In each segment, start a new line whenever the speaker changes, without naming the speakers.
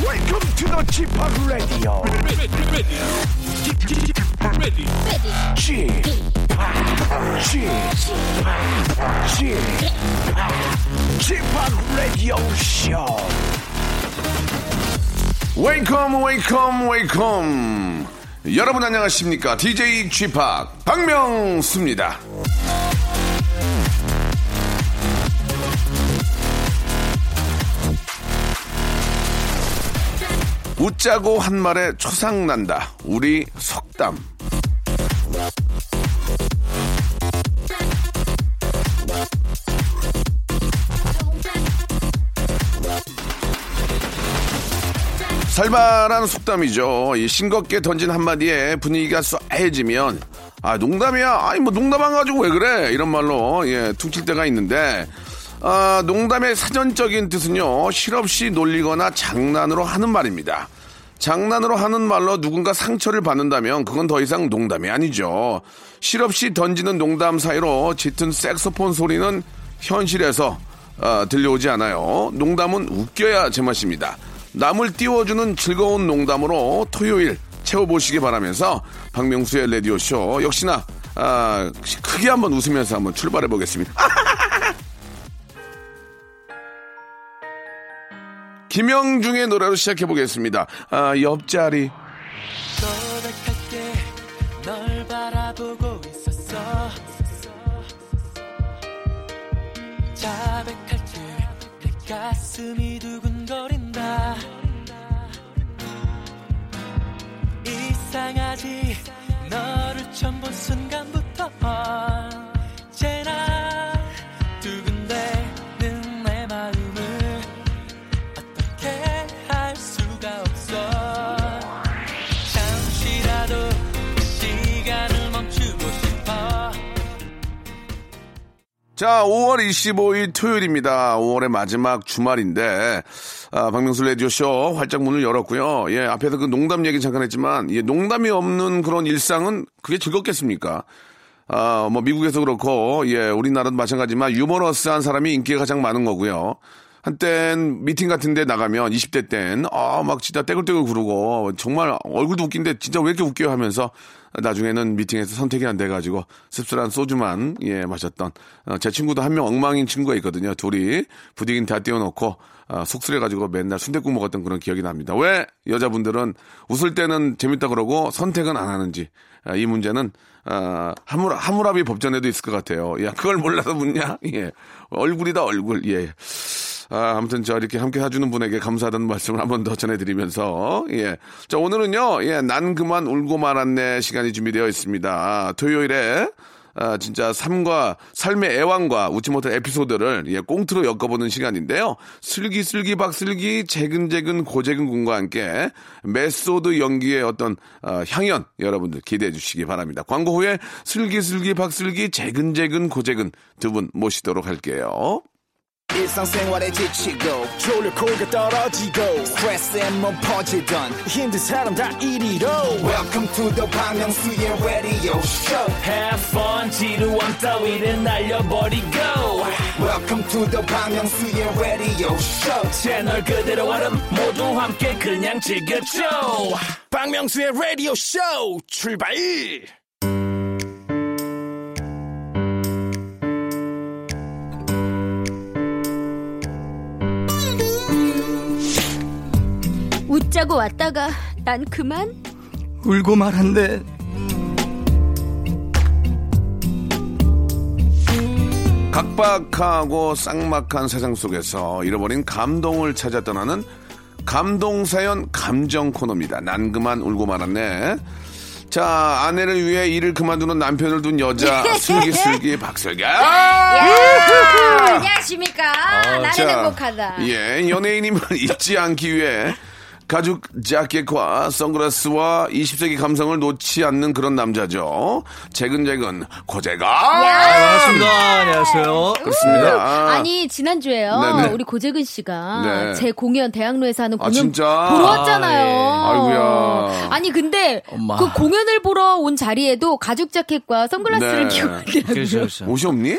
Welcome to the g p o p Radio.
ready, ready, ready,
g p o p g p g p o p Radio Show.
웨이컴 웨이컴 웨이컴 여러분 안녕하십니까 DJ g p 팍 박명수입니다 웃자고 한 말에 초상난다 우리 속담 살벌한 속담이죠. 이 싱겁게 던진 한마디에 분위기가 쏴해지면 아 농담이야. 아니 뭐 농담 안 가지고 왜 그래? 이런 말로 예 퉁칠 때가 있는데 아 농담의 사전적인 뜻은요 실없이 놀리거나 장난으로 하는 말입니다. 장난으로 하는 말로 누군가 상처를 받는다면 그건 더 이상 농담이 아니죠. 실없이 던지는 농담 사이로 짙은 색소폰 소리는 현실에서 아, 들려오지 않아요. 농담은 웃겨야 제맛입니다. 남을 띄워주는 즐거운 농담으로 토요일 채워보시기 바라면서 박명수의 라디오쇼 역시나 아, 크게 한번 웃으면서 한번 출발해 보겠습니다. 아, 김영중의 노래로 시작해 보겠습니다. 아, 옆자리.
떠나갈 때 널 바라보고 있었어 자백할 때 내 가슴이 두근거린다 이상하지 너를 처음 본 순간부터 언제나 두근대는 내 마음을 어떻게 할 수가 없어 잠시라도 시간을 멈추고 싶어
자, 5월 25일 토요일입니다. 5월의 마지막 주말인데, 아, 박명수 라디오쇼 활짝 문을 열었고요. 예, 앞에서 그 농담 얘기 잠깐 했지만, 예, 농담이 없는 그런 일상은 그게 즐겁겠습니까? 아, 뭐, 미국에서 그렇고, 예, 우리나라도 마찬가지지만, 유머러스한 사람이 인기가 가장 많은 거고요. 한땐 미팅 같은 데 나가면 20대 땐, 아, 막 진짜 떼굴떼굴 구르고, 정말 얼굴도 웃긴데 진짜 왜 이렇게 웃겨요 하면서, 나중에는 미팅에서 선택이 안 돼가지고, 씁쓸한 소주만, 예, 마셨던, 어, 제 친구도 한 명 엉망인 친구가 있거든요. 둘이 부디긴 다 띄워놓고, 아, 속쓰려가지고 맨날 순댓국 먹었던 그런 기억이 납니다. 왜 여자분들은 웃을 때는 재밌다 그러고 선택은 안 하는지, 아, 이 문제는, 아, 하물, 하물합이 법전에도 있을 것 같아요. 야, 그걸 몰라서 묻냐? 예. 얼굴이다, 얼굴. 예. 아, 아무튼 저 이렇게 함께 해주는 분에게 감사하다는 말씀을 한 번 더 전해드리면서, 예. 자, 오늘은요, 예, 난 그만 울고 말았네 시간이 준비되어 있습니다. 아, 토요일에, 아, 진짜 삶과, 삶의 애환과 웃지 못할 에피소드를, 예, 꽁트로 엮어보는 시간인데요. 슬기슬기 박슬기, 재근재근 고재근 군과 함께 메소드 연기의 어떤, 아, 향연 여러분들 기대해 주시기 바랍니다. 광고 후에 슬기슬기 박슬기, 재근재근 고재근 두 분 모시도록 할게요.
일상생활에 지치고, 졸려 코가 떨어지고, 스트레스에 몸 퍼지던, 힘든 사람 다 이리로. welcome to the Bang Myung-soo's radio show
Have fun 지루한 따위를 날려버리고
welcome to the Bang Myung-soo's radio show
채널 그대로 얼음 모두 함께 그냥 즐겨줘
박명수의 radio show 출발
웃자고 왔다가 난 그만
울고 말한데
각박하고 쌍막한 세상 속에서 잃어버린 감동을 찾아 떠나는 감동사연 감정 코너입니다. 난 그만 울고 말았네. 자, 아내를 위해 일을 그만두는 남편을 둔 여자, 슬기슬기 박슬기. 아!
안녕하십니까 나는
자,
행복하다
예, 연예인임을 잊지 않기 위해 가죽 자켓과 선글라스와 20세기 감성을 놓지 않는 그런 남자죠. 재근재근 고재가.
아, 반갑습니다 안녕하세요
그렇습니다. 아.
아니 지난주에요
네네.
우리 고재근 씨가
네. 아,
제 공연 대학로에서 하는 공연
진짜?
보러
아,
왔잖아요
예. 아이고야.
니 근데
엄마.
그 공연을 보러 온 자리에도 가죽 자켓과 선글라스를
네.
끼고 왔더라고요
그렇죠 그렇죠
옷이 없니?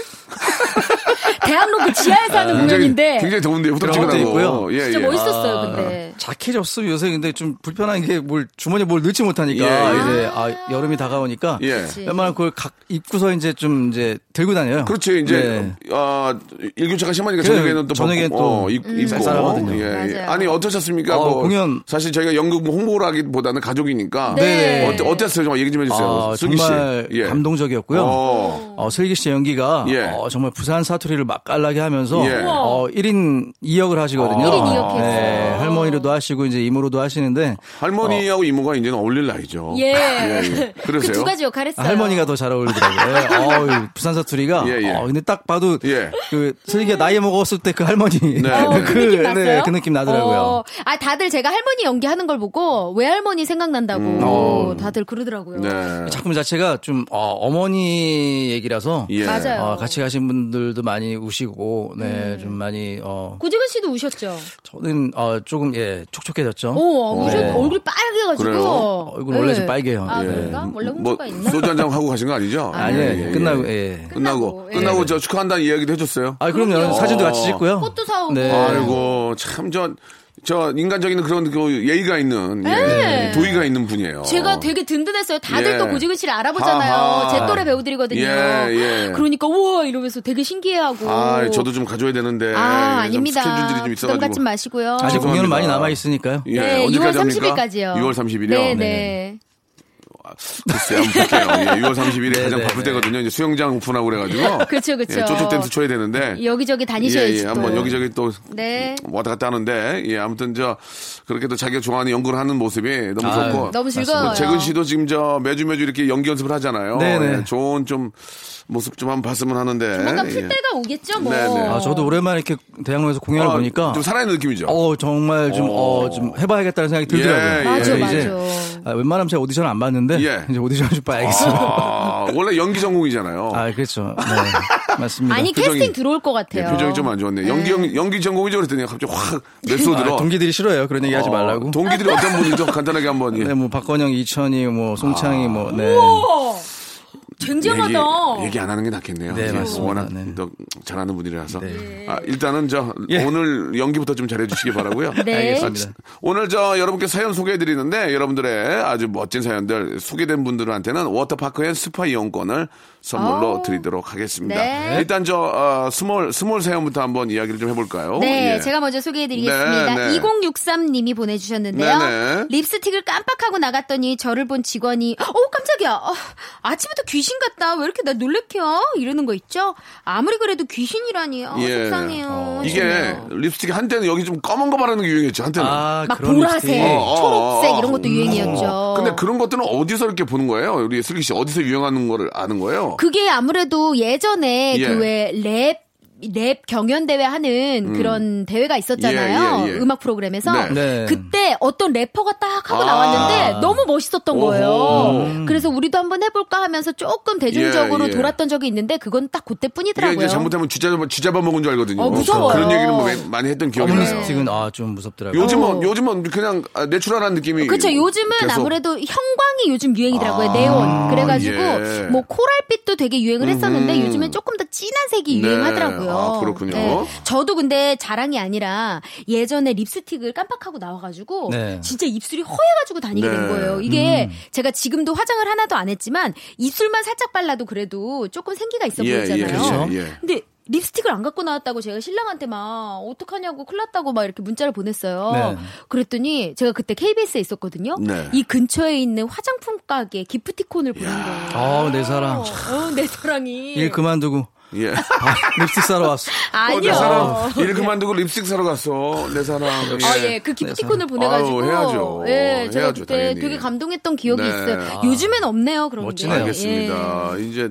대학로 그 지하에서 하는
굉장히,
공연인데
아, 굉장히 더운데요.
그런 것도
후덥지근하고.
있고요.
예,
진짜
예.
멋있었어요 근데
자켓 착해졌어 아, 요새 근데 좀 불편한 게 뭘 주머니에 뭘 넣지 못하니까
예, 예.
이제 아 여름이 다가오니까
예.
그치.
웬만하면 그걸 각 입고서 이제 좀 이제 들고 다녀요.
그렇지 그렇죠, 이제
네.
아 일교차가 심하니까
그래,
저녁에는 또
저녁엔
벗고,
또
어, 입, 입고
쌀쌀하거든요.
예, 예.
맞아요.
아니 어떠셨습니까?
어,
뭐
공연.
사실 저희가 연극 뭐 홍보를 하기보다는 가족이니까
네.
어때, 어땠어요? 좀 얘기 좀 해주세요.
아,
슬기 씨.
정말
예.
감동적이었고요.
어.
어, 슬기 씨 연기가
예.
어, 정말 부산 사투리를 맛깔나게 하면서
예. 우와.
어, 1인 2역을 하시거든요.
일인
어, 이역해서.
네, 할머니로도 하시고 이제 이모로도 하시는데
할머니하고 이모가 이제는 어울릴 나이죠.
예.
그러세요?
그 두 가지 역할 했어요.
할머니가 더 잘 어울리더라고요. 예, 어우, 부산 사투리가
예, 예.
어, 근데 딱 봐도
예. 네.
그 슬기가 나이 먹었을 때 그 할머니
어, 그, 느낌 났어요?
네, 그 느낌 나더라고요.
어, 아 다들 제가 할머니 연기하는 걸 보고 외할머니 생각난다고 다들 그러더라고요.
음. 어. 네.
작품 자체가 좀 어, 머니 얘기라서
예.
맞아요. 음.
어, 같이 가신 분들도 많이 우시고 네, 좀 많이 어,
고재근 씨도 우셨죠?
저는 어, 조금 예 촉촉해졌죠. 어,
오, 아, 우셔,
네.
얼굴 빨개가지고.
그래요?
얼굴 원래 좀 빨개요.
아,
예.
그런가? 원래
뭐
홍조가 있나? 네.
소주 한 잔 하고 가신 거 아니죠?
아니에요.
예, 예,
끝나고
예.
예.
끝나고
끝나고, 예.
끝나고 저 축하한다는 이야기도 해줬어요.
아 그럼요.
그럼요.
사진도 같이 찍고요.
꽃도 사오고.
네.
아이고 참 저 저 인간적인 그런 그 예의가 있는 예,
네.
도의가 있는 분이에요.
제가 되게 든든했어요. 다들
예.
또 고지근 씨를 알아보잖아요.
하하.
제 또래 배우들이거든요.
예, 예.
그러니까 우와 이러면서 되게 신기해하고.
아 저도 좀 가져야 되는데
아,
이게 좀
아닙니다.
스케줄들이 좀
부담 갖지
있어가지고.
마시고요.
아직
죄송합니다.
공연은 많이 남아 있으니까요.
예,
네, 6월
언제까지 합니까?
30일까지요.
6월 30일이요.
네,
네.
네.
글쎄요, 한번 볼게요. 예, 6월 30일이 가장
네,
바쁠
네.
때거든요. 이제 수영장 오픈하고 그래가지고.
그렇죠, 그쵸, 그쵸.
예, 쪼쪼 댄스 쳐야 되는데.
여기저기 다니셔야지.
네. 예, 예, 한번
또.
여기저기 또
네.
왔다 갔다 하는데 예 아무튼 저 그렇게 또 자기가 좋아하는 연구를 하는 모습이 너무
아유,
좋고
너무 즐거워요.
뭐 재근 씨도 지금 저 매주 매주 이렇게 연기 연습을 하잖아요.
네네.
예, 좋은 좀 모습 좀 한번 봤으면 하는데
뭔가
예.
풀 때가 오겠죠, 뭐.
네, 네.
아 저도 오랜만에 이렇게 대학로에서 공연을
아,
보니까
좀 살아있는 느낌이죠.
어 정말 좀 어
오.
좀 해봐야겠다는 생각이 들더라고요.
예,
맞아,
그래서
맞아.
이제 아, 웬만하면 제가 오디션 안 봤는데
예.
이제 오디션 좀 봐야겠어요.
아, 원래 연기 전공이잖아요.
아 그렇죠. 네. 맞습니다.
아니,
표정이-
캐스팅 들어올 것 같아요.
예, 표정이 좀 안 좋았네. 연기 연- 연기 전공이죠 그랬더니 갑자기 확 메소드로
아, 동기들이 싫어요. 그런 얘기 하지 말라고.
그 동기들이 어떤 분이죠? 간단하게 한번 예.
네, 뭐 박건영, 이천희, 뭐 송창희, 뭐 네.
어, 쟁쟁하다.
얘기, 얘기 안 하는 게 낫겠네요.
네,
예,
맞습니다.
워낙
네.
더 잘하는 분이라서.
네.
아, 일단은 저
예.
오늘 연기부터 좀 잘해주시기 바라고요.
네.
알겠습니다.
오늘 저 여러분께 사연 소개해드리는데 여러분들의 아주 멋진 사연들 소개된 분들한테는 워터파크 앤 스파 이용권을 선물로
오.
드리도록 하겠습니다.
아. 네.
일단 저 어, 스몰 스몰 사연부터 한번 이야기를 좀 해볼까요?
네,
예.
제가 먼저 소개해드리겠습니다.
네, 네.
2063님이 보내주셨는데요.
네, 네.
립스틱을 깜빡하고 나갔더니 저를 본 직원이 어 깜짝이야. 어, 아침부터 귀신 같다. 왜 이렇게 나 놀래켜? 이러는 거 있죠? 아무리 그래도 귀신이라니. 어,
예.
속상해요.
아,
이게
하셨네요.
립스틱 한때는 여기 좀 검은 거 바르는 게 유행했죠 한때는.
아,
막
그런
보라색,
립스틱.
어, 어,
예, 초록색
어, 어.
이런 것도 유행이었죠.
근데 그런 것들은 어디서 이렇게 보는 거예요? 우리 슬기 씨 어디서 유행하는 거를 아는 거예요?
그게 아무래도 예전에
어. 예.
그왜랩 랩 경연 대회 하는 그런 대회가 있었잖아요.
음. 예, 예, 예.
음악 프로그램에서
네.
네.
그때 어떤 래퍼가 딱 하고
아.
나왔는데 너무 멋있었던
오호. 음.
거예요. 그래서 우리도 한번 해볼까 하면서 조금 대중적으로
예, 예.
돌았던 적이 있는데 그건 딱
이게
그때뿐이더라고요.
이제 잘못하면 쥐잡아, 쥐잡아 먹은 줄 알거든요.
어, 무서워요.
그런 얘기는 뭐 매- 많이 했던 기억이
검은
나요.
립스틱은 아 좀 무섭더라고요.
요즘은 요즘은 그냥 아, 내추럴한 느낌이
어. 그렇죠. 요즘은
계속. 아,
아무래도 형광이 요즘 유행이더라고요. 네온. 그래가지고
예.
뭐 코랄빛도 되게 유행을 했었는데
음흠.
요즘엔 조금 더 진한 색이
네.
유행하더라고요. 네.
아, 그렇군요.
저도 근데 자랑이 아니라 예전에 립스틱을 깜빡하고 나와가지고
네.
진짜 입술이 허해가지고 다니게
네.
된 거예요. 이게 제가 지금도 화장을 하나도 안 했지만 입술만 살짝 발라도 그래도 조금 생기가 있어
예,
보이잖아요.
예, 그렇죠. 예.
근데 립스틱을 안 갖고 나왔다고 제가 신랑한테 막 어떡하냐고 큰일 났다고 막 이렇게 문자를 보냈어요.
네.
그랬더니 제가 그때 KBS에 있었거든요.
네.
이 근처에 있는 화장품 가게 기프티콘을 보는 거예요.
아, 내 사랑.
어, 내 사랑이.
일 그만두고
예.
아, 립스틱 사러
어,
왔어.
아니요.
내 사랑 일 그만두고 립스틱 사러 갔어. 내 사랑.
아, 예, 그 기프티콘을 보내가지고.
아유, 해야죠.
예, 제가
해야죠,
그때
당연히.
되게 감동했던 기억이
네.
있어요. 요즘엔 없네요, 그런
멋지네요.
게.
알겠습니다.
예.
이제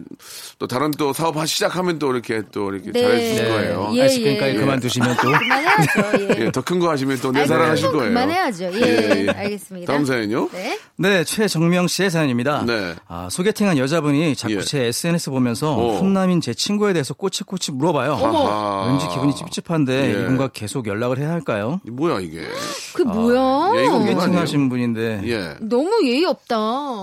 또 다른 또 사업 하- 시작하면 또 이렇게 또 이렇게
네.
잘해주실
네.
거예요.
예,
아이스크림 가게
예.
그만두시면 또.
그만해야죠, 예.
예, 더 큰 거 하시면 또 내
아이고,
사랑 하실
또
거예요.
그만해야죠. 예,
예, 예.
알겠습니다.
다음 사연요.
네.
네, 최정명 씨의 사연입니다.
네.
아, 소개팅한 여자분이 자꾸
예.
제 SNS 보면서
어.
훈남인 제 친구에 거에 대해서 꼬치꼬치 물어봐요. 아,
어머. 아.
왠지 기분이 찝찝한데
예.
이분과 계속 연락을 해야 할까요?
이게 뭐야 이게?
그 뭐야?
예, 이거 뭐야?
소개팅하신 분인데
예.
너무 예의 없다.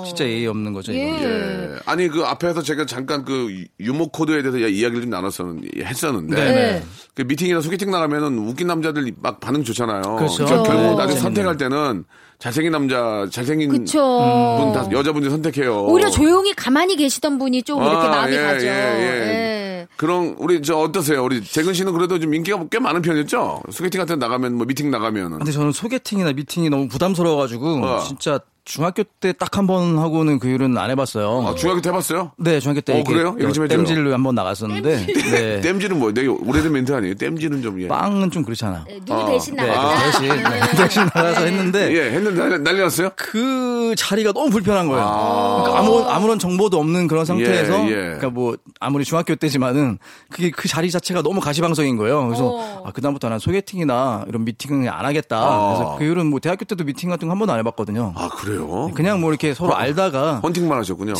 진짜 예의 없는 거죠.
예.
이거.
예. 아니 그 앞에서 제가 잠깐 그 유머 코드에 대해서 야- 이야기를 좀 나눴었는데 했었는데
네,
네.
그 미팅이나 소개팅 나가면은 웃긴 남자들 막 반응 좋잖아요.
그렇죠.
그러니까 결국
그렇죠.
나중에
재밌네요.
선택할 때는 잘생긴 남자, 잘생긴
그쵸.
음, 분 다 여자분들 선택해요.
오히려 조용히 가만히 계시던 분이 좀 이렇게
어. 아,
남이
예,
가죠.
예, 예.
예.
그럼 우리 저 어떠세요? 우리 재근 씨는 그래도 좀 인기가 꽤 많은 편이었죠. 소개팅 같은 데 나가면 뭐 미팅 나가면은
근데 저는 소개팅이나 미팅이 너무 부담스러워가지고
어.
진짜 중학교 때 딱 한 번 하고는 그 이후로는 안 해봤어요.
아, 중학교 때 해봤어요?
네, 중학교 때
어,
이렇게
그래요? 얘기 좀 해줘요.
땜질로 한 번 나갔었는데 네.
땜질은 뭐예요? 되게 오래된 멘트 아니에요? 땜질은 좀 예.
빵은 좀 그렇잖아.
예, 누구 대신
네,
나가자. 아.
아.
그 대신 네, 대신 나가서
네.
했는데
예, 했는데 난리, 난리 났어요?
그 자리가 너무 불편한 거예요. 그러니까 아무 아무런 정보도 없는 그런 상태에서
예, 예.
그러니까 뭐 아무리 중학교 때지만은 그게 그 자리 자체가 너무 가시방석인 거예요. 그래서
어.
아, 그다음부터 난 소개팅이나 이런 미팅은 안 하겠다.
어.
그래서 그 이후로는 뭐 대학교 때도 미팅 같은 거 한 번도 안 해봤거든요.
아, 그래요?
그냥 뭐 이렇게
아.
서로 알다가
헌팅만 하셨군요.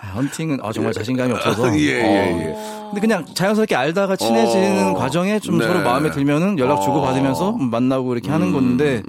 아, 헌팅은 아, 정말 자신감이 없어서 어.
예, 예, 예.
근데 그냥 자연스럽게 알다가 친해지는
어.
과정에 좀
네. 어. 음,
서로 마음에 들면은 연락 주고 받으면서 만나고 이렇게 하는 건데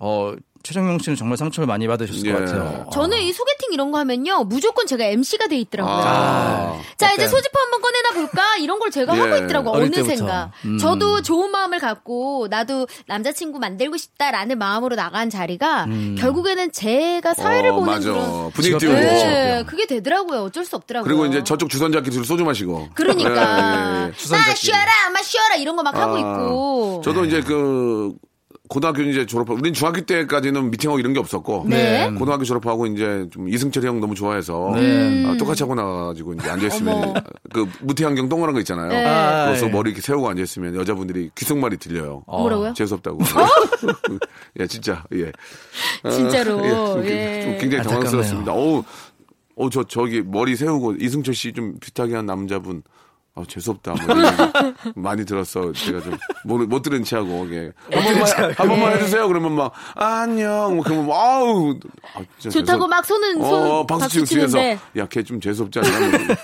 어 최정용 씨는 정말 상처를 많이 받으셨을
예.
것 같아요.
저는 이 소개팅 이런 거 하면요 무조건 제가 MC가 돼 있더라고요.
아.
자 이제 소지품 한번 꺼내나 볼까 이런 걸 제가
예.
하고 있더라고
어릴
어느
때부터.
생각.
음.
저도 좋은 마음을 갖고 나도 남자친구 만들고 싶다라는 마음으로 나간 자리가
음.
결국에는 제가 사회를
어,
보는
맞아.
그런.
분위기 띄우고.
그렇죠.
네, 그게 되더라고요. 어쩔 수 없더라고요.
그리고 이제 저쪽 주선자끼리 둘이 소주 마시고.
그러니까
예, 아. 예, 예.
나 쉬어라, 마 쉬어라 이런 거 막 하고 있고. 네.
저도 이제 그 고등학교 이제 졸업하고 우린 중학교 때까지는 미팅하고 이런 게 없었고
네.
고등학교 졸업하고 이제 좀 이승철 형 너무 좋아해서 아, 똑같이 하고 나가지고 이제 앉아 있으면
네. 어머. 네.
그 무태안경 동그란 거 있잖아요.
아,
그래서
예. 어.
머리 이렇게 세우고 앉아 있으면 여자분들이 귓속말이 들려요.
뭐라고요? 어?
재수없다고. 예, 진짜. 예.
진짜로.
예, 좀,
예.
좀 굉장히 당황스럽습니다. 어우, 어, 저, 저기, 머리 세우고, 이승철 씨 좀 비슷하게 한 남자분. 아, 재수없다. 뭐 이런 얘기 많이 들었어. 제가 좀, 못, 못 들은 체하고, 예. 한 번만, 한 번만 해주세요. 그러면 막, 안녕. 뭐 그러면, 아우. 아, 진짜
좋다고
재수없-
막 손은 손
어, 박수 치고 뒤에서.
치는데.
야, 걔 좀 재수없지 않냐. 뭐.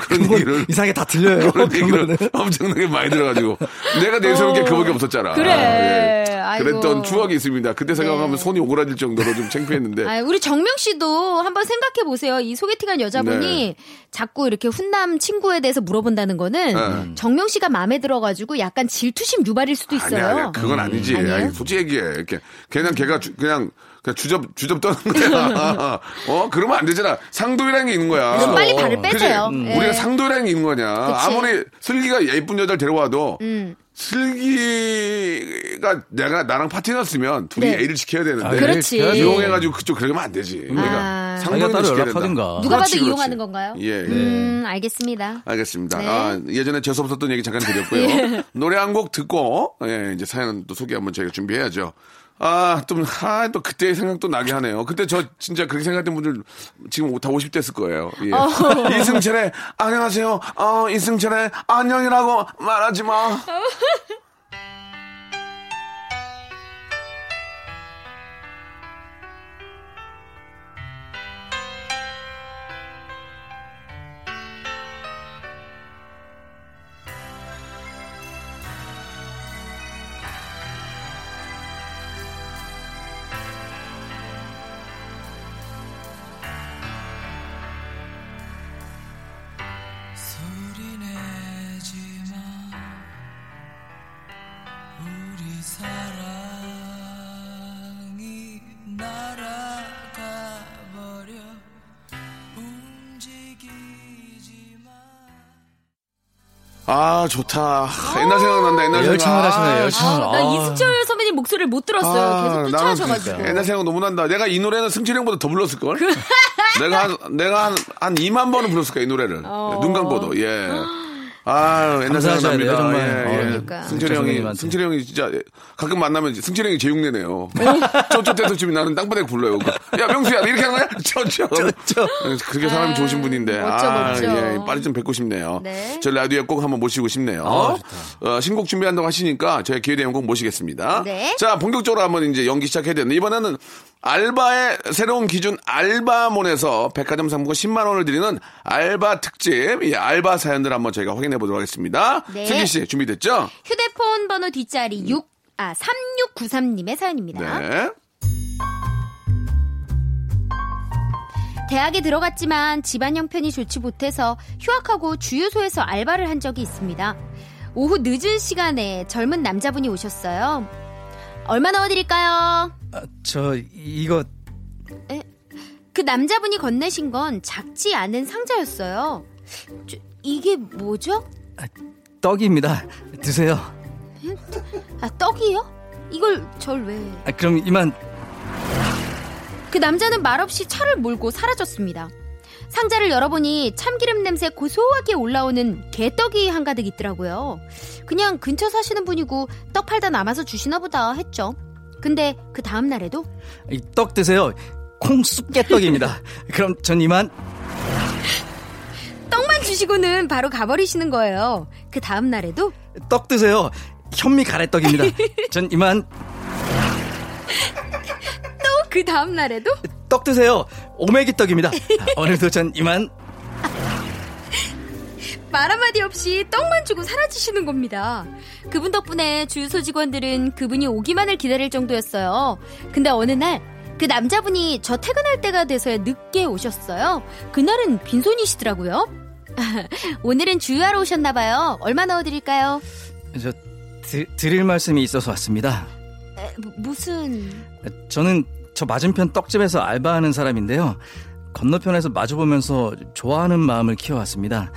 그런 얘기를.
이상하게 다 들려요.
그런
그거는.
얘기를 엄청나게 많이 들어가지고 내가 내 인생에
어.
그밖에 없었잖아. 예.
그래. 아이고.
그랬던 추억이 있습니다. 그때 생각하면
네.
손이 오그라질 정도로 좀 창피했는데.
아, 우리 정명 씨도 한번 생각해 보세요. 이 소개팅한
네.
여자분이 자꾸 이렇게 훈남 친구에 대해서 물어본다는 거는
네.
정명 씨가 마음에 들어가지고 약간 질투심 유발일 수도 있어요.
아니야, 아니야. 그건 아니지.
아니에요?
아니, 솔직히 얘기해. 이렇게 그냥 걔가 주- 그냥 그냥 주접 주접 떠는 거야. 어 그러면 안 되잖아. 상도이라는 게 있는 거야. 어.
그럼 빨리 발을
그치? 음.
빼세요. 예.
우리가 상도이라는 게 있는 거냐.
그치. 음.
아무리 슬기가 예쁜 여자를 데려와도 슬기가 내가 나랑 파트너였으면 둘이
네.
애를 지켜야 되는데.
그렇지.
예.
네. 이용해가지고 그쪽 그러면 안 되지. 우리가
아.
자기가 따로
지켜야
연락하든가.
그렇지,
누가 봐도
그렇지.
이용하는 건가요?
예. 예.
음, 알겠습니다.
알겠습니다.
네. 예.
아, 예전에 재수 없었던 얘기 잠깐 드렸고요. 노래 한 곡 듣고 예, 이제 사연 또 소개 한번 저희가 준비해야죠. 아, 좀, 하, 또 그때 생각 또 나게 하네요. 그때 저 진짜 그렇게 생각했던 분들 지금 다 50대 했을 거예요. 예.
어.
이승철의 안녕하세요. 어, 이승철의 안녕이라고 말하지 마.
소리 내지마 우리 사랑이 날아가 버려 움직이지마
아, 좋다. 하, 옛날 생각난다, 옛날 생각.
열창을 하시네요,
아,
열창을.
아, 나
아.
이승철 선배님 목소리를 못 들었어요. 계속
나는 그러니까.
쫓아와셔가지고.
옛날 생각 너무 난다. 내가 이 노래는 승철이 형보다 더 불렀을 걸. 내가 한, 내가 한, 한 2만 번은 불렀을 거야 이 노래를.
어.
눈 감고도 예. 아 옛날 생각
감사하셔야 돼요,
납니다.
정말.
예, 예.
어,
그러니까.
승철이 형이
선생님한테.
승철이 형이 진짜 가끔 만나면 승철이 형이 제육내네요. 쪼쪼대서 지금 나는 땅바닥 불러요. 그, 야 명수야 이렇게 하는 거야? 쪼쪼.
쪼쪼.
그렇게 사람이 좋으신 분인데
멋져,
아
멋져.
예, 빨리 좀 뵙고 싶네요.
네.
저희 라디오에 꼭 한번 모시고 싶네요. 어, 신곡 준비한다고 하시니까 저희 기회 되면 꼭 모시겠습니다.
네.
자, 본격적으로 한번 이제 연기 시작해야 되는데 이번에는 알바의 새로운 기준 알바몬에서 백화점 상품권 10만 원을 드리는 알바 특집, 예, 알바 사연들 한번 저희가 확인해 보도록 하겠습니다.
네.
슬기 씨 준비됐죠?
휴대폰 번호 뒷자리 6, 아, 3693님의 사연입니다.
네.
대학에 들어갔지만 집안 형편이 좋지 못해서 휴학하고 주유소에서 알바를 한 적이 있습니다. 오후 늦은 시간에 젊은 남자분이 오셨어요. 얼마 넣어드릴까요?
아, 저 이거
그 남자분이 건네신 건 작지 않은 상자였어요. 저, 이게 뭐죠?
떡입니다. 드세요.
아, 떡이요? 이걸 절 왜.
아, 그럼 이만
그 남자는 말없이 차를 몰고 사라졌습니다. 상자를 열어보니 참기름 냄새 고소하게 올라오는 개떡이 한가득 있더라고요. 그냥 근처 사시는 분이고 떡 팔다 남아서 주시나 보다 했죠. 근데 그 다음 날에도
이 떡 드세요. 콩쑥개떡입니다. 그럼 전 이만
떡만 주시고는 바로 가버리시는 거예요. 그 다음 날에도
떡 드세요. 현미 가래떡입니다. 전 이만
또 그 다음 날에도
떡 드세요. 오메기떡입니다. 아, 오늘도 전 이만
말 한마디 없이 떡만 주고 사라지시는 겁니다. 그분 덕분에 주유소 직원들은 그분이 오기만을 기다릴 정도였어요. 근데 어느 날 그 남자분이 저 퇴근할 때가 돼서야 늦게 오셨어요. 그날은 빈손이시더라고요. 오늘은 주유하러 오셨나봐요. 얼마 넣어드릴까요?
저 드, 드릴 말씀이 있어서 왔습니다.
에, 무- 무슨...
저는 저 맞은편 떡집에서 알바하는 사람인데요. 건너편에서 마주보면서 좋아하는 마음을 키워왔습니다.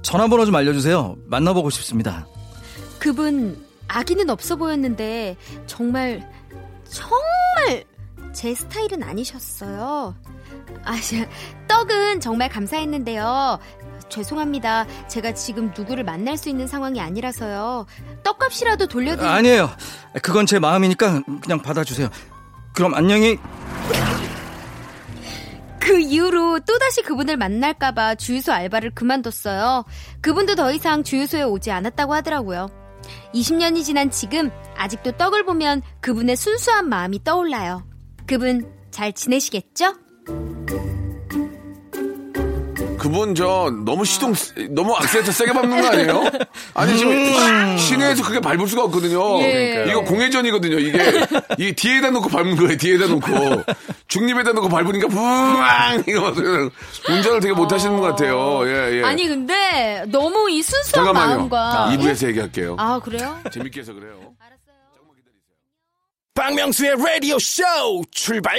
전화번호 좀 알려주세요. 만나보고 싶습니다.
그분 아기는 없어 보였는데 정말 정말 제 스타일은 아니셨어요. 아, 떡은 정말 감사했는데요. 죄송합니다. 제가 지금 누구를 만날 수 있는 상황이 아니라서요. 떡값이라도 돌려드리.
아니에요. 그건 제 마음이니까 그냥 받아주세요. 그럼 안녕히
그 이후로 또다시 그분을 만날까봐 주유소 알바를 그만뒀어요. 그분도 더 이상 주유소에 오지 않았다고 하더라고요. 20년이 지난 지금 아직도 떡을 보면 그분의 순수한 마음이 떠올라요. 그분 잘 지내시겠죠?
그분 저 너무 시동 너무 악센트 세게 밟는 거 아니에요? 아니 지금 시내에서 그게 밟을 수가 없거든요.
음. 예.
이거 공회전이거든요. 이게 이 뒤에다 놓고 밟는 거예요. 뒤에다 놓고 중립에다 놓고 밟으니까 부앙 이거 운전을 되게 못 하시는 것 같아요. 예 예.
아니 근데 너무 이 순수한
잠깐만요.
마음과
2부에서 얘기할게요.
아 그래요?
재밌게 해서 그래요.
박명수의 라디오 쇼 출발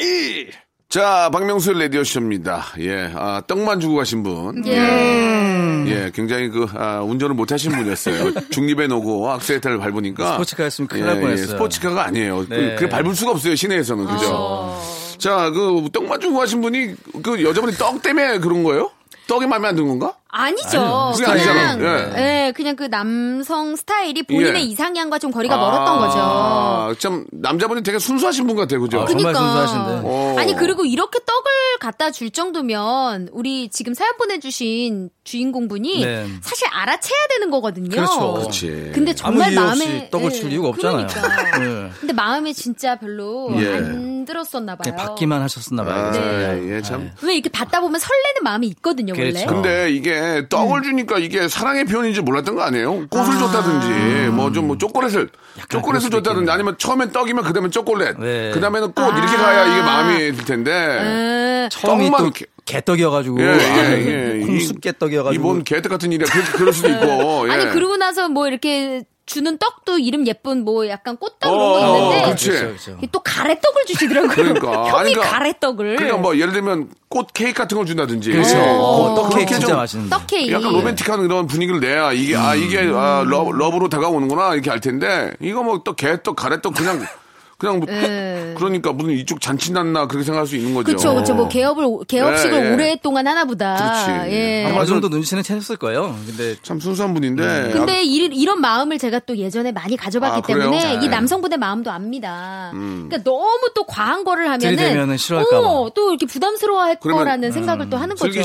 자, 박명수의 라디오 쇼입니다. 예, 아, 떡만 주고 가신 분.
예.
음.
예, 굉장히 그 아, 운전을 못 하신 분이었어요. 중립에 놓고 악셀레터를 밟으니까 예,
스포츠카였으면 큰일 날 뻔했어요.
스포츠카가 아니에요. 그,
네. 아.
그래 밟을 수가 없어요 시내에서는 그죠. 자, 그 떡만 주고 가신 분이 그 여자분이 떡 때문에 그런 거예요? 떡이 마음에 안 드는 건가?
아니죠.
그게
그냥
아니잖아요.
예. 그냥 그 남성 스타일이 본인의
예.
이상향과 좀 거리가 아, 멀었던 거죠.
아, 참 남자분이 되게 순수하신 분 같아요, 그죠?
아,
그니
정말
까
순수하신데.
오.
아니 그리고 이렇게 떡을 갖다 줄 정도면 우리 지금 사연 보내주신 주인공 분이
네.
사실 알아채야 되는 거거든요.
그렇죠.
그치.
근데 정말
이유
마음에
없이 떡을
예,
줄 이유가 없잖아요.
그러니까.
예.
근데 마음에 진짜 별로
예.
안 들었었나 봐요.
그냥 받기만 하셨었나 봐요.
아,
네.
예, 참.
왜 이렇게 받다 보면 설레는 마음이 있거든요, 원래.
그렇죠.
근데 이게
음.
떡을 주니까 이게 사랑의 표현인지 몰랐던 거 아니에요? 꽃을 줬다든지 뭐 좀 뭐 초콜릿을
그럴
초콜릿을
수도
줬다든지 아니면 처음엔 떡이면 그다음에 초콜릿
네.
그다음에는 꽃 이렇게 가야 이게 마음이 들 텐데
예.
처음이
떡만
또
이렇게-
개떡이어가지고
예,
아,
예, 예.
콩쑥개떡이어가지고
이번 개떡 같은 일이야 그렇게 그럴 수도 있고 예.
아니 그러고 나서 뭐 이렇게 주는 떡도 이름 예쁜 뭐 약간 꽃떡
어,
이런 거
어,
있는데
그렇지.
그렇죠, 그렇죠.
또 가래떡을 주시더라고요.
그러니까. 아니,
형이
그러니까-
가래떡을.
그러니까 뭐 예를 들면 꽃 케이크 같은 걸 준다든지
그렇죠.
어,
떡
그렇게
케이크 진짜
좀
맛있는데.
떡 케이크.
약간 로맨틱한 그런 분위기를 내야 이게 아 이게 아, 러, 러브로 다가오는구나 이렇게 알 텐데 이거 뭐 또 개떡 가래떡 그냥 그냥 뭐
예.
그러니까 무슨 이쪽 잔치 났나 그렇게 생각할 수 있는 거죠.
그렇죠, 그렇죠. 뭐 개업을 개업식을
예, 예.
오랫동안 하나보다.
그렇지.
예.
아마 그 정도 눈치는 채셨을 거예요. 근데
참 순수한 분인데 아,
네. 근데 이, 이런 마음을 제가 또 예전에 많이 가져봤기
아, 그래요?
때문에
네.
이 남성분의 마음도 압니다. 그러니까 너무 또 과한 거를 하면은
들이대면은 싫어할까 봐.
어, 또 이렇게 부담스러워할
그러면, 음,
거라는 생각을 또 하는 거죠.
슬기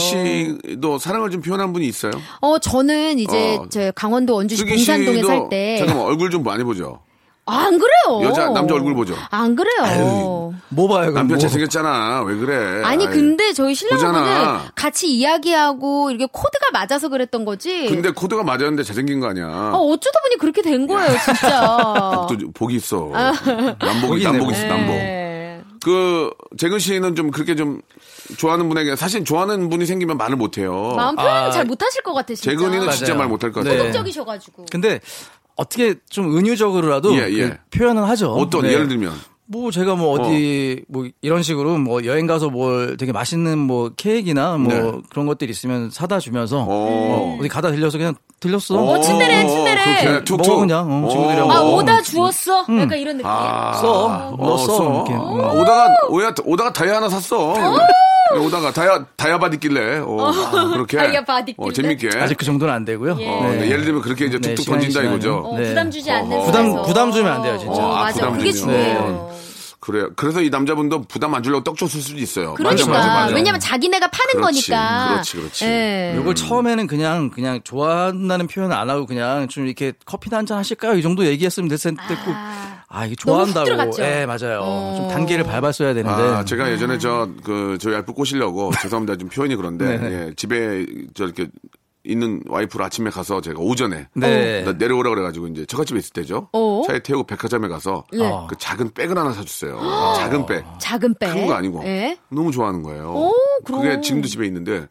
씨도 사랑을 좀 표현한 분이 있어요?
어 저는 이제
어.
저 강원도 원주시
슬기
봉산동에
씨도
살 때
잠깐만 얼굴 좀 많이 보죠.
아, 안 그래요.
여자, 남자 얼굴 보죠.
안 그래요.
뭐 봐요, 그럼
남편
뭐.
잘생겼잖아. 왜 그래?
아니
예, 아이.
근데 저희 신랑하고는
보잖아.
같이 이야기하고 이렇게 코드가 맞아서 그랬던 거지.
근데 코드가 맞았는데 잘생긴 거 아니야.
아, 어쩌다 보니 그렇게 된 거예요, 진짜.
또 복이 있어.
아.
남복이
복이 있네,
남복
복.
있어. 남복.
네.
그 재근 씨는 좀 그렇게 좀 좋아하는 분에게 사실 좋아하는 분이 생기면 말을 못 해요.
마음 표현을
아,
잘 못하실 것 같아 진짜.
어. 재근이는
맞아요.
진짜 말 못 할 것
네.
같아요.
적이셔가지고.
근데 어떻게 좀 은유적으로라도
예, 예.
그 표현을 하죠.
어떤
네.
예를 들면
뭐 제가 뭐 어디 뭐 이런 식으로 뭐 여행 가서 뭘 되게 맛있는 뭐 케이크나 뭐
네.
그런 것들 있으면 사다 주면서
어.
어, 디 가다 들려서 그냥 들렸어.
어,
뭐 친데레, 친데레.
그렇게 툭툭.
먹어, 그냥. 어, 친구들이랑
아
어.
오다 주웠어. 약간 이런 느낌.
아,
써. 뭐 써. 이렇게.
아,
어.
오다가 오야 오다가 다이아 하나 샀어. 오다가 다이아 다이아 바디 길래. 어, 아, 그렇게.
다이아 바디
어,
있길래.
재밌게.
아직 그 정도는 안 되고요.
예.
어, 근데 예를 들면 그렇게 이제
네,
툭툭
시간이
던진다
지나면.
이거죠.
어,
네.
부담 주지 않는
부담-
선에서.
부담 주면 안 돼요, 진짜.
어,
아,
맞아
부담
그게
주면.
중요해요.
그래요. 그래서 이 남자분도 부담 안 주려고 떡 줬을 수도 있어요.
그러니까
맞아, 맞아, 맞아.
왜냐면 자기네가 파는
그렇지,
거니까.
그렇지, 그렇지.
예.
이걸 처음에는 그냥 그냥 좋아한다는 표현을 안 하고 그냥 좀 이렇게 커피나 한 잔 하실까요? 이 정도 얘기했으면 됐을 됐고
아.
아 이게
너무 훅
좋아한다고
들어갔죠?
예 맞아요
어.
좀 단계를 밟았어야 되는데
아,
네.
제가 예전에 저, 그, 저희 알프 꼬시려고, 죄송합니다. 좀 표현이 그런데,
네.
예, 집에 저 이렇게 있는 와이프를 아침에 가서 제가 오전에
네.
나 내려오라 그래가지고 이제 처갓집에 있을 때죠.
어.
차에 태우고 백화점에 가서
예.
아.
그 작은 백을 하나 사주세요. 작은 백.
작은 백.
큰 거 아니고.
예.
너무 좋아하는 거예요.
그럼.
그게 지금도 집에 있는데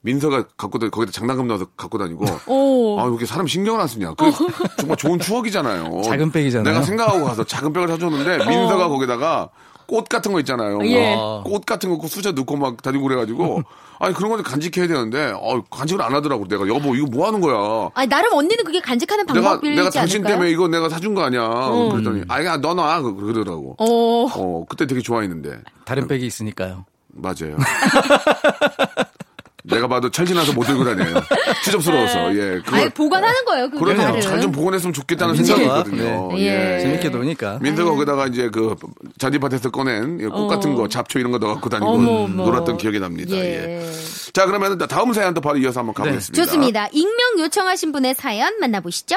민서가 갖고 다 거기다 장난감 넣어서 갖고 다니고
오.
아, 왜 이렇게 사람 신경을 안 쓰냐.
어.
그 정말 좋은 추억이잖아요.
작은 백이잖아요.
내가 생각하고 가서 작은 백을 사줬는데 민서가 거기다가 꽃 같은 거 있잖아요.
어. 예.
어. 꽃 같은 거 수저 넣고 막 다니고 그래가지고 아니 그런 건 간직해야 되는데 어, 간직을 안 하더라고. 내가 여보 이거 뭐 하는 거야.
아니 나름 언니는 그게 간직하는
내가
방법이지
내가 당신
않을까요? 음.
때문에 이거 내가 사준 거 아니야. 그랬더니 아야 너놔 그러더라고.
어.
어 그때 되게 좋아했는데
다른 백이 있으니까요.
맞아요. 내가 봐도 철지나서 못 들고 다녀요. 추접스러워서 예. 그걸-
아니 보관하는 거예요. 그거
그래서
다른.
잘좀 복원했으면 좋겠다는
민서가,
생각이거든요.
네. 예.
재밌게 노니까
민서가 거기다가 이제 그 잔디밭에서 꺼낸 이꽃 같은 거, 잡초 이런 거 넣어 갖고 다니고
어머, 어머.
놀았던 기억이 납니다. 예. 자, 그러면 다음 사연 또 바로 이어서 한번 가보겠습니다.
네, 좋습니다. 익명 요청하신 분의 사연 만나보시죠.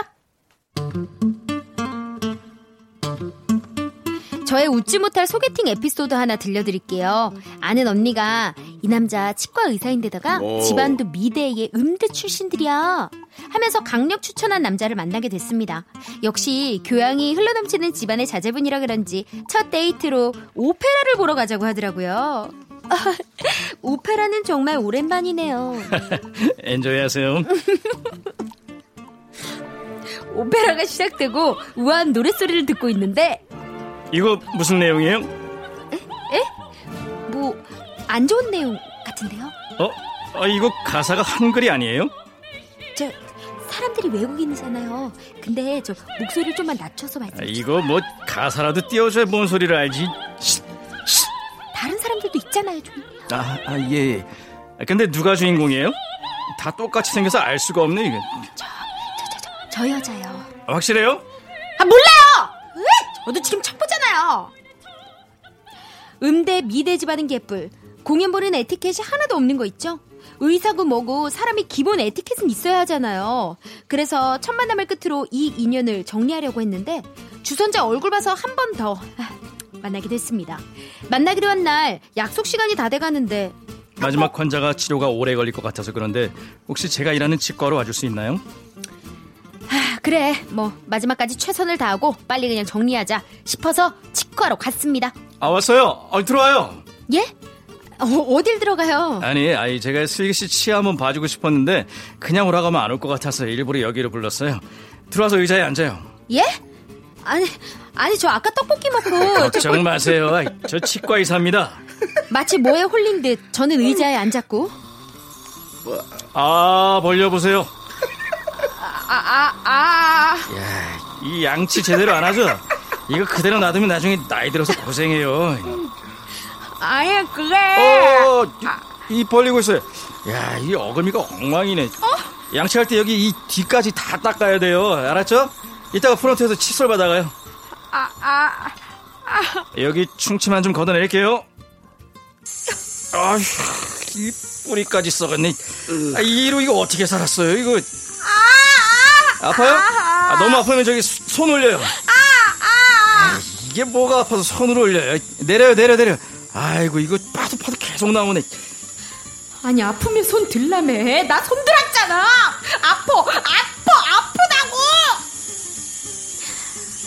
저의 웃지 못할 소개팅 에피소드 하나 들려드릴게요. 아는 언니가 이 남자 치과 의사인데다가
오.
집안도 미대의 음대 출신들이야 하면서 강력 추천한 남자를 만나게 됐습니다. 역시 교양이 흘러넘치는 집안의 자제분이라 그런지 첫 데이트로 오페라를 보러 가자고 하더라고요. 오페라는 정말 오랜만이네요.
엔조이하세요.
오페라가 시작되고 우아한 노랫소리를 듣고 있는데
이거 무슨 내용이에요?
뭐 안 좋은 내용 같은데요?
어? 아, 이거 가사가 한글이 아니에요?
저 사람들이 외국인이잖아요. 근데 저 목소리를 좀만 낮춰서
아,
말씀해 주세요.
이거 뭐 가사라도 띄워줘야 뭔 소리를 알지.
다른 사람들도 있잖아요. 좀.
아, 아 예. 예. 아, 근데 누가 주인공이에요? 다 똑같이 생겨서 알 수가 없네 이게.
저, 저, 저, 저 여자요.
아, 확실해요?
아 몰라요. 으! 저도 지금 첫 보잖아요. 음대 미대 집안은 개뿔. 공연 보는 에티켓이 하나도 없는 거 있죠? 의사고 뭐고 사람이 기본 에티켓은 있어야 하잖아요. 그래서 첫 만남을 끝으로 이 인연을 정리하려고 했는데 주선자 얼굴 봐서 한 번 더 만나게 됐습니다. 만나기로 한 날 약속 시간이 다 돼가는데
마지막 환자가 치료가 오래 걸릴 것 같아서 그런데 혹시 제가 일하는 치과로 와줄 수 있나요?
아, 그래 뭐 마지막까지 최선을 다하고 빨리 그냥 정리하자 싶어서 치과로 갔습니다.
아 왔어요. 어, 들어와요.
예? 어, 어딜 들어가요?
아니, 아이 제가 슬기 씨 치아 한번 봐주고 싶었는데 그냥 오라가면 안 올 것 같아서 일부러 여기로 불렀어요. 들어와서 의자에 앉아요.
예? 아니, 아니 저 아까 떡볶이 먹고 저
걱정 마세요. 아이, 저 치과 의사입니다.
마치 뭐에 홀린 듯 저는 의자에 앉았고
아 벌려 보세요.
아, 아,
이 양치 제대로 안 하죠? 이거 그대로 놔두면 나중에 나이 들어서 고생해요.
아니 그게
어, 이, 이 벌리고 있어요. 야, 이 어금니가 엉망이네. 양치할 때 여기 이 뒤까지 다 닦아야 돼요. 알았죠? 이따가 프론트에서 칫솔 받아가요. 아. 여기 충치만 좀 걷어낼게요. 아휴, 이 뿌리까지 썩었네. 아, 이로 이거 어떻게 살았어요? 아. 이거 아파요? 아, 너무 아프면 저기 수- 손 올려요. 이게 뭐가 아파서 손으로 올려요. 내려요, 내려, 내려. 아이고, 이거 파도 파도 계속 나오네.
아니 아프면 손 들라며 나 손 들었잖아 아퍼 아퍼 아프다고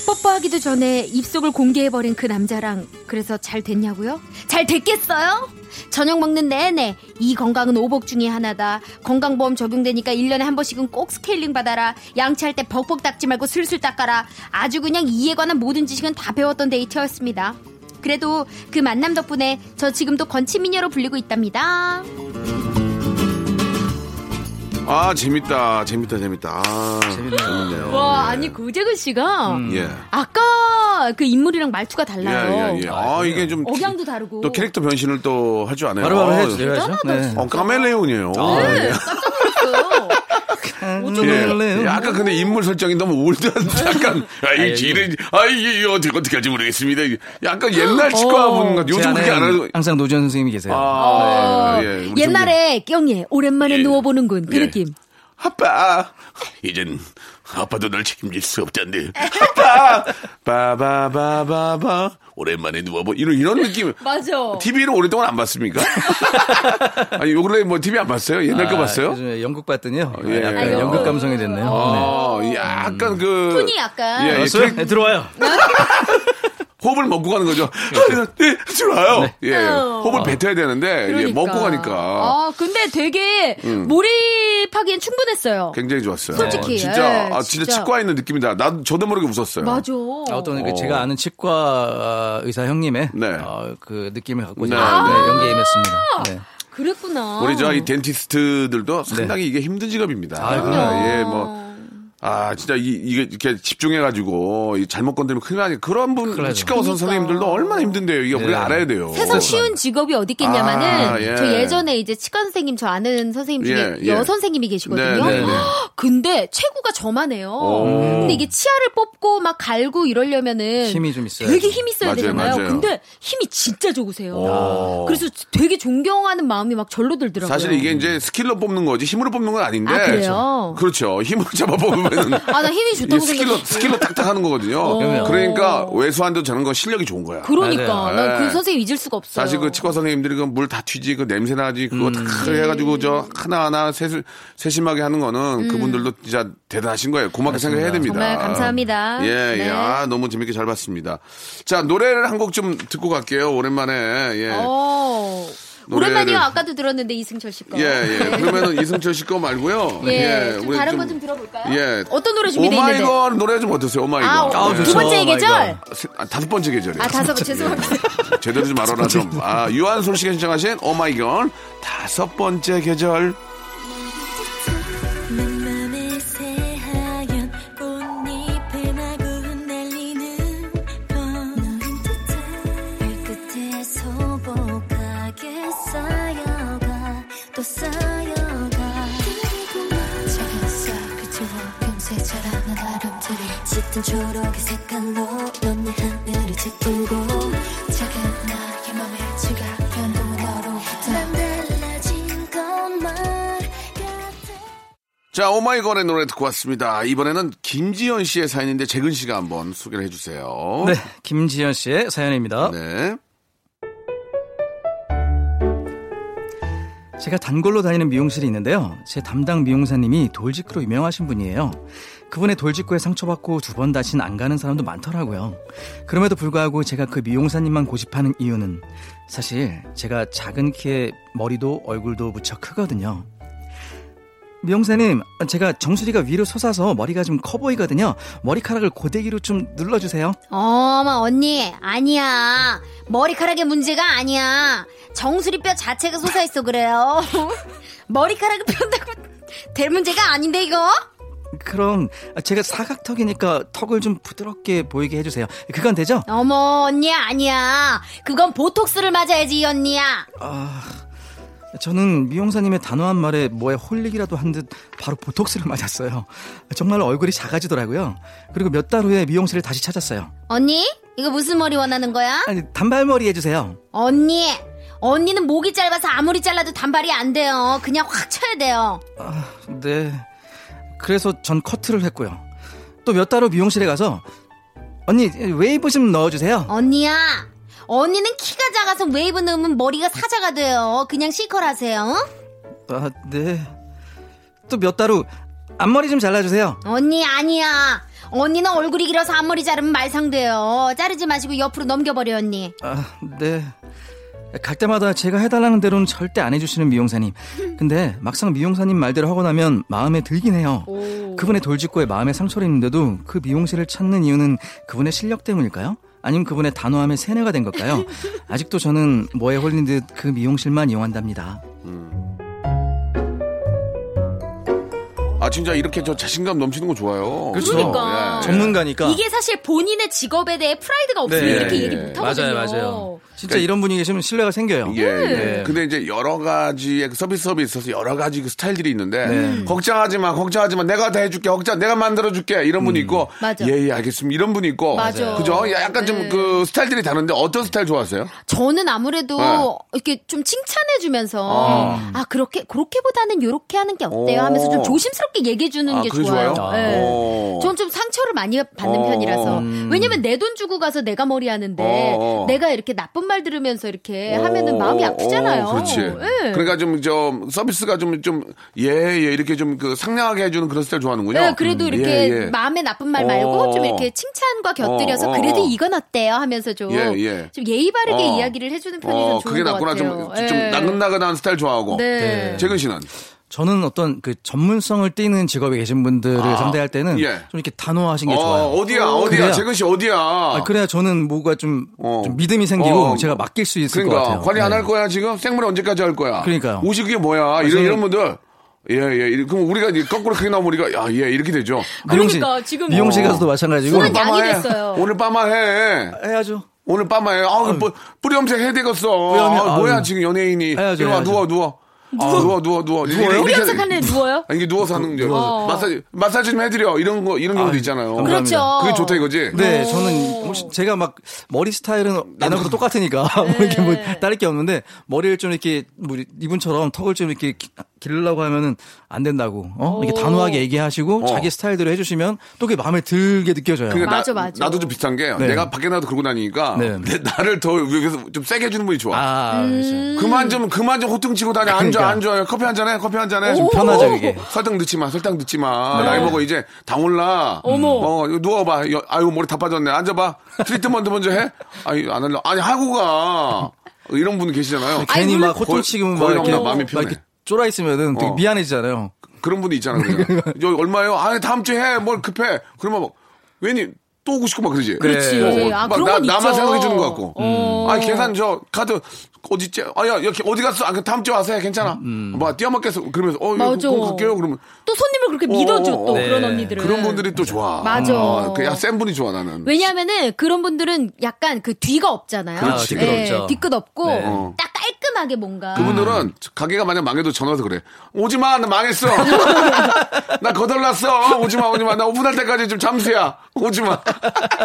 뽀뽀하기도 전에 입속을 공개해버린 그 남자랑 그래서 잘 됐냐고요? 잘 됐겠어요? 저녁 먹는 내내 이 건강은 오복 중에 하나다. 건강보험 적용되니까 1년에 한 번씩은 꼭 스케일링 받아라. 양치할 때 벅벅 닦지 말고 슬슬 닦아라. 아주 그냥 이에 관한 모든 지식은 다 배웠던 데이트였습니다. 그래도 그 만남 덕분에 저 지금도 건치미녀로 불리고 있답니다.
아 재밌다 재밌다 재밌다 아 재밌네요
와, 아니 구재근 씨가
예.
아까 그 인물이랑 말투가 달라요.
예, 예, 예. 아, 이게 좀.
어. 억양도 다르고.
또 캐릭터 변신을 또 할 줄 아네요.
바로바로
어,
해줘야죠.
대단하다,
네.
진짜.
어, 카멜레온이에요.
네.
예.
그래요.
예. 약간 근데 인물 설정이 너무 올드한 약간 아이
예.
길은 아이 어떻게 어떻게 할지 모르겠습니다. 약간 옛날 치과분
어,
같 요즘 그렇게 안 하죠.
항상 노지현 선생님이 계세요.
아, 예, 예. 우리
어, 옛날에 경예 오랜만에
예.
누워보는군 그
예.
느낌.
아빠 이젠 아빠도 널 책임질 수 없잖니 아빠 바바바바바 오랜만에 누워보 이런 이런 느낌
맞아.
TV를 오랫동안 안 봤습니까? 아니 요 근래 뭐 TV 안 봤어요? 옛날 거 봤어요?
아, 요즘에 연극 봤더니요. 네,
예.
약간
아이고.
연극 감성이 됐네요.
어 약간 그
톤이 약간.
예, 예,
알았어요?
캐릭-
네, 들어와요.
호흡을 먹고 가는 거죠. 네, 좋아요. 예, 호흡을 뱉어야 되는데 예,
그러니까.
먹고 가니까 음.
아 근데 되게 몰입하기엔 충분했어요.
굉장히 좋았어요.
솔직히,
어, 진짜
예,
아 진짜,
진짜.
치과에 있는 느낌이다. 나도 저도 모르게 웃었어요.
맞아.
아, 어떤 그
어.
제가 아는 치과 의사 형님의
네.
어, 그 느낌을 갖고
네.
제가 네, 연기에 임했습니다.
아.
네.
그랬구나.
우리 저 이 덴티스트들도 상당히 이게 힘든 직업입니다. 네. 아, 예, 뭐. 아, 진짜 이, 이게 이렇게 집중해가지고 이 잘못 건드리면 큰일 네. 나니 그런 분, 치과 의사 선생님들도 얼마나 힘든데요. 이게 우리가 알아야 돼요.
그러니까. 세상 쉬운 직업이 어디 있겠냐마는
어, 아, 예.
저 예전에 이제 치과 선생님 저 아는 선생님 중에
예, 예.
여 선생님이 계시거든요.
네, 네, 네.
근데 체구가 저만 해요.
오.
근데 이게 치아를 뽑고 막 갈고 이러려면은
힘이 좀 있어야죠.
되게 힘이 있어야
맞아요,
되잖아요.
맞아요.
근데 힘이 진짜 적으세요.
오.
그래서 되게 존경하는 마음이 막 절로 들더라고요.
사실 이게 이제 스킬로 뽑는 거지 힘으로 뽑는 건 아닌데.
아, 그래요?
그렇죠. 힘으로 잡아 뽑으면은.
아, 나 힘이
이
좋다고
스킬로,
생각했지.
스킬로 딱딱 하는 거거든요.
그럼요.
그러니까 외수한도 저는 거 실력이 좋은 거야.
그러니까 난 그
네.
선생님 잊을 수가 없어요.
사실 그 치과 선생님들이 그 물 다 튀지 그 냄새 나지 그거
음.
다 해가지고 저 하나하나 세수, 세심하게 하는 거는 그분들도 진짜 대단하신 거예요. 고맙게 생각해야 됩니다.
음. 정말 감사합니다.
예, 예.
네.
아, 너무 재밌게 잘 봤습니다. 자, 노래를 한 곡 좀 듣고 갈게요. 오랜만에. 예.
어.
노래를-
오랜만이요. 아까도 들었는데 이승철 씨 거.
예, 예. 그러면은 이승철 씨 거 말고요.
예, 좀
우리
다른 거 좀 들어볼까요?
예.
어떤 노래 준비돼 있는데?
오마이걸 노래 좀 어떠세요?
아,
오마이걸.
오-
예.
두
좋죠.
번째
오마이걸.
계절.
세- 아, 다섯 번째 계절이에요.
아, 다섯 번 죄송합니다.
제대로 좀 알아라 좀. 아, 유한솔 씨가 신청하신 오마이걸 다섯 번째 계절.
맘에 새하얀 꽃잎에 마구 흩날리는 건 너른 듯한 발끝에 소복하게 쌓여가 또 쌓여가 작은 햇살 그치로 금세 자라난 아름들이 짙은 초록의 색깔로 넌 내 하늘을 짓들고 작은 나의 맘에 지각 변동은 너로부터 난 달라진 것만 같아
자, 오마이걸의 노래 듣고 왔습니다. 이번에는 김지현 씨의 사연인데 재근 씨가 한번 소개를 해주세요.
네, 김지현 씨의 사연입니다.
네.
제가 단골로 다니는 미용실이 있는데요. 제 담당 미용사님이 돌직구로 유명하신 분이에요. 그분의 돌직구에 상처받고 두 번 다신 안 가는 사람도 많더라고요. 그럼에도 불구하고 제가 그 미용사님만 고집하는 이유는 사실 제가 작은 키에 머리도 얼굴도 무척 크거든요. 미용사님, 제가 정수리가 위로 솟아서 머리가 좀 커 보이거든요. 머리카락을 고데기로 좀 눌러주세요.
어머 언니 아니야 머리카락의 문제가 아니야 정수리뼈 자체가 솟아있어 그래요 머리카락을 편다고 될 문제가 아닌데 이거
그럼 제가 사각턱이니까 턱을 좀 부드럽게 보이게 해주세요. 그건 되죠?
어머 언니 아니야 그건 보톡스를 맞아야지 이 언니야
저는 미용사님의 단호한 말에 뭐에 홀리기라도 한 듯 바로 보톡스를 맞았어요. 정말 얼굴이 작아지더라고요. 그리고 몇 달 후에 미용실을 다시 찾았어요.
언니 이거 무슨 머리 원하는 거야
아니, 단발머리 해주세요.
언니 언니는 목이 짧아서 아무리 잘라도 단발이 안 돼요 그냥 확 쳐야 돼요
네. 그래서 전 커트를 했고요. 또 몇 달 후 미용실에 가서 언니 웨이브 좀 넣어주세요.
언니야, 언니는 키가 작아서 웨이브 넣으면 머리가 사자가 돼요. 그냥 실컷 하세요. 어?
아, 네. 또 몇 달 후 앞머리 좀 잘라주세요.
언니 아니야. 언니는 얼굴이 길어서 앞머리 자르면 말상돼요. 자르지 마시고 옆으로 넘겨버려 언니.
아, 네. 갈 때마다 제가 해달라는 대로는 절대 안 해주시는 미용사님. 근데 막상 미용사님 말대로 하고 나면 마음에 들긴 해요. 그분의 돌직구에 마음의 상처를 입는데도 그 미용실을 찾는 이유는 그분의 실력 때문일까요? 아니면 그분의 단호함에 세뇌가 된 걸까요? 아직도 저는 뭐에 홀린 듯 그 미용실만 이용한답니다.
아 진짜 이렇게 저 자신감 넘치는 거 좋아요. 예.
그렇죠. 그러니까. 전문가니까.
이게 사실 본인의 직업에 대해 프라이드가 없으면
네. 그러니까
이렇게
예,
얘기
예.
못하거든요.
맞아요, 맞아요.
진짜 이런 분이 계시면 신뢰가 생겨요.
예,
네.
네.
예. 근데 이제 여러 가지의 그 서비스업이 있어서 여러 가지 그 스타일들이 있는데
네.
걱정하지 마, 걱정하지 마, 내가 다 해줄게, 걱정, 내가 만들어줄게 이런
음.
분이 있고,
맞아.
예, 예, 알겠습니다 이런 분이 있고,
맞아.
그죠? 야, 약간 좀 그 스타일들이 다른데 어떤 스타일 좋아하세요?
저는 아무래도
네.
이렇게 좀 칭찬해주면서 아 그렇게 그렇게보다는 요렇게 하는 게 어때요? 하면서 좀
오.
조심스럽게 얘기해주는
아,
게
그게
좋아요.
좋아요? 어.
네.
오.
저는 좀 상처를 많이 받는
어.
편이라서 왜냐면 내 돈 주고 가서 내가 머리 하는데
어.
내가 이렇게 나쁜 말 들으면서 이렇게 예, 하면은 마음이
어,
아프잖아요.
어, 그렇지.
네.
그러니까 좀 좀 서비스가 좀 좀 예 예 이렇게 좀 그 상냥하게 해주는 그런 스타일 좋아하는군요.
네, 그래도
음,
이렇게
예, 예.
마음에 나쁜 말 말고
어.
좀 이렇게 칭찬과 곁들여서
어, 어,
그래도
어.
이건 어때요 하면서 좀,
예, 예.
좀 예의 바르게
어.
이야기를 해주는 편이
어,
좀 좋은
그게
것
낫구나
같아요.
좀, 좀
예.
나긋나긋한 스타일 좋아하고.
네.
재근 씨는
저는 어떤 그 전문성을 띠는 직업에 계신 분들을 상대할 때는
예.
좀 이렇게 단호하신 게
어,
좋아요.
어디야 어디야
그래야-
재근 씨 어디야.
아, 그래야 저는 뭐가 좀,
어.
좀 믿음이 생기고
어.
제가 맡길 수 있을
그러니까
것 같아요.
관리 안
네.
할 거야 지금 생물 언제까지 할 거야.
그러니까요. 아,
옷이 그게 뭐야 이런
저는-
이런 분들. 예, 예. 이렇게- 그럼 우리가 이제 거꾸로 크게 나오면 우리가, 야, 예, 이렇게 되죠.
미용실,
그러니까 지금
미용실
어.
아, 가서도 마찬가지고
술은 양이
해.
됐어요.
오늘 빠마 해.
해야죠.
오늘 밤에 아, 뭐, 뿌리염색 해야 되겠어.
뿌리염이-
아, 뭐야
아유.
지금 연예인이.
해야죠,
일어나
해야죠.
누워 누워. 아, 누워 누워 누워. 누워요?
뿌리염색 하는 애 누워요?
이게 누워서 하는 거
누워서.
마사지 마사지 좀 해드려 이런 거 이런 경우도
아유,
있잖아요.
감사합니다.
그렇죠.
그게 좋다 이거지.
어.
네, 저는 혹시 제가 막 머리 스타일은 예나보다 똑같으니까
네.
뭐 이렇게 뭐 다를 게 없는데 머리를 좀 이렇게 뭐 이분처럼 턱을 좀 이렇게 기- 기르려고 하면은 안 된다고 어? 이렇게 단호하게 얘기하시고
어.
자기 스타일대로 해주시면 또 그게 마음에 들게 느껴져요.
그러니까 나,
맞아, 맞아.
나도 좀 비슷한 게
네.
내가 밖에 나도 그러고 나니까
네.
내- 나를 더 여기서 좀 세게 해주는 분이 좋아.
아,
음.
그렇죠.
그만 좀 그만 좀 호통 치고 다녀
그러니까.
앉아 앉아 커피 한 잔해 커피 한 잔해 어,
좀 편하죠, 그게. 네.
설탕 넣지 마 설탕 넣지 마 나이 먹어 이제 당 올라
어머.
어 이거 누워봐 여- 아유 머리 다 빠졌네 앉아봐 트리트먼트 먼저 해 아니 안 할래 아니 하고 가 이런 분 계시잖아요
아니,
괜히
물론-
막 호통 치기면 막
거의
이렇게
너무나 마음이
막
편해.
이렇게 쫄아 있으면은 되게
어.
미안해지잖아요.
그런 분이 있잖아요 그냥. 저 얼마요 아니 다음 주에 해뭘 급해 그러면 막 괜히 또 오고 싶고 막 그러지 어,
그렇지,
맞아요. 아,
막
그런
나,
건
나만
있죠.
생각해 주는 것 같고
어.
아 계산 저 카드 어디 있지? 아야 여기 어디 갔어? 아, 그 다음 주에 와서 해 괜찮아. 뭐 뛰어먹겠어. 그러면서 어 이거
음. 맞아.
그거 갈게요. 그러면
또 손님을 그렇게 믿어줘
어, 어,
또
네.
그런 언니들은
그런 분들이 또 좋아.
맞아.
그야센 분이 좋아 나는.
음. 왜냐하면은 그런 분들은 약간 그 뒤가 없잖아요.
그렇지. 뒤끝 없죠.
뒤끝 없고
네.
딱 깔끔하게 뭔가
그분들은 가게가 만약 망해도 전화해서 그래. 오지 마, 나 망했어. 나 거덜났어. 오지 마, 오지 마. 나 오픈할 때까지 지금 잠수야. 오지 마.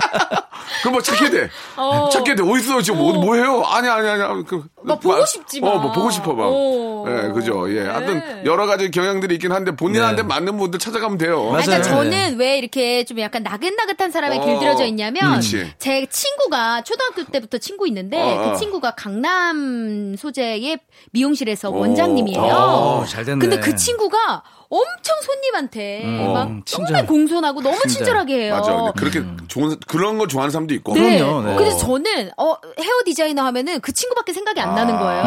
그럼 뭐 찾게 돼.
어.
찾게 돼. 어디 있어 지금 뭐, 뭐 해요? 아니 아니 아니. 그,
막 보고 싶지 막.
어, 뭐 보고 싶어 막.
어.
예, 그죠. 예, 하여튼
네.
여러 가지 경향들이 있긴 한데 본인한테 맞는 분들 찾아가면 돼요.
아니, 그러니까
네. 맞아요. 네.
저는 왜 이렇게 좀 약간 나긋나긋한 사람에
어,
길들여져 있냐면
그렇지.
제 친구가 초등학교 때부터 친구 있는데
어, 어.
그 친구가 강남 소재의 미용실에서
어,
원장님이에요.
잘 됐네. 음.
근데 그 친구가 엄청 손님한테 막
어, 친절.
정말 공손하고 너무
친절.
친절하게 해요.
맞아. 근데 그렇게 좋은 그런 거 좋아하는 사람도 있고.
어. 네.
그럼요, 네.
그래서 저는 어 헤어 디자이너 하면은 그 친구밖에 생각이
아.
안 나는 거예요.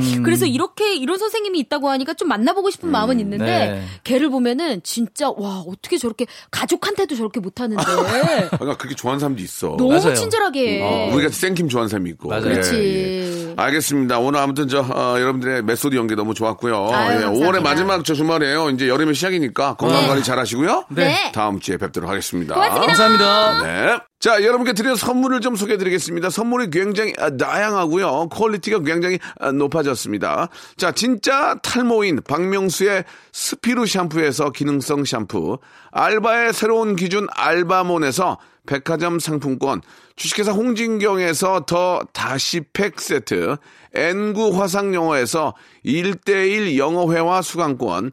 음.
그래서 이렇게 이런 선생님이 있다고 하니까 좀 만나보고 싶은 마음은 있는데
네.
걔를 보면은 진짜 와 어떻게 저렇게 가족한테도 저렇게 못하는데
그러니까 그렇게 좋아하는 사람도 있어.
너무
어, 맞아요. 어.
친절하게. 해.
어, 우리가 생김 좋아하는 사람이 있고. 예,
맞아요.
예. 그렇지.
알겠습니다. 오늘 아무튼 저 어, 여러분들의 메소드 연기 너무 좋았고요.
아유,
예,
감사합니다.
5월의 마지막 저 주말이에요. 이제 여름의 시작이니까 건강
네.
관리 잘하시고요.
네.
다음 주에 뵙도록 하겠습니다.
감사합니다.
네. 자, 여러분께 드린 선물을 좀 소개해 드리겠습니다. 선물이 굉장히 아, 다양하고요. 퀄리티가 굉장히 아, 높아졌습니다. 자, 진짜 탈모인 박명수의 스피루 샴푸에서 기능성 샴푸, 알바의 새로운 기준 알바몬에서 백화점 상품권, 주식회사 홍진경에서 더 다시팩 세트, N구 화상영어에서 1대1 영어회화 수강권,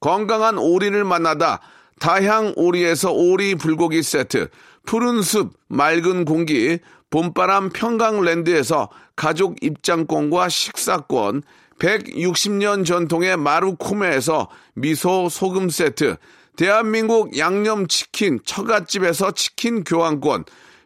건강한 오리를 만나다 다향 오리에서 오리 불고기 세트, 푸른 숲 맑은 공기, 봄바람 평강랜드에서 가족 입장권과 식사권, 160년 전통의 마루코메에서 미소 소금 세트, 대한민국 양념치킨 처갓집에서 치킨 교환권,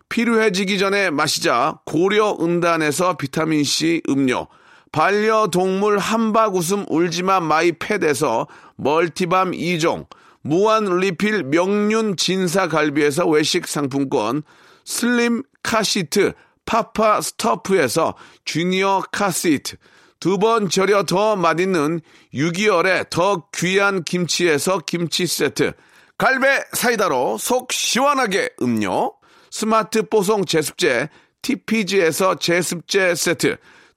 필요해지기 전에 마시자 고려은단에서 비타민C 음료, 반려동물 한박 웃음 울지마 마이 팻에서 멀티밤 2종, 무한 리필 명륜 진사 갈비에서 외식 상품권, 슬림 카시트 파파 스터프에서 주니어 카시트, 두 번 절여 더 맛있는 6개월의 더 귀한 김치에서 김치 세트, 갈배 사이다로 속 시원하게 음료, 스마트 뽀송 제습제 TPG에서 제습제 세트,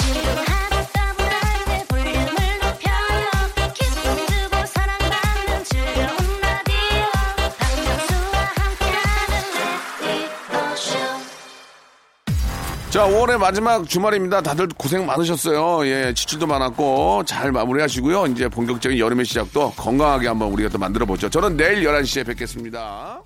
지루하고 따분할 때 볼륨을 높여요 기쁨 주고 사랑받는 즐거운 라디오 박명수와 함께하는 레디오쇼
자, 5월의 마지막 주말입니다. 다들 고생 많으셨어요. 예, 지출도 많았고, 잘 마무리하시고요. 이제 본격적인 여름의 시작도 건강하게 한번 우리가 또 만들어보죠. 저는 내일 11시에 뵙겠습니다.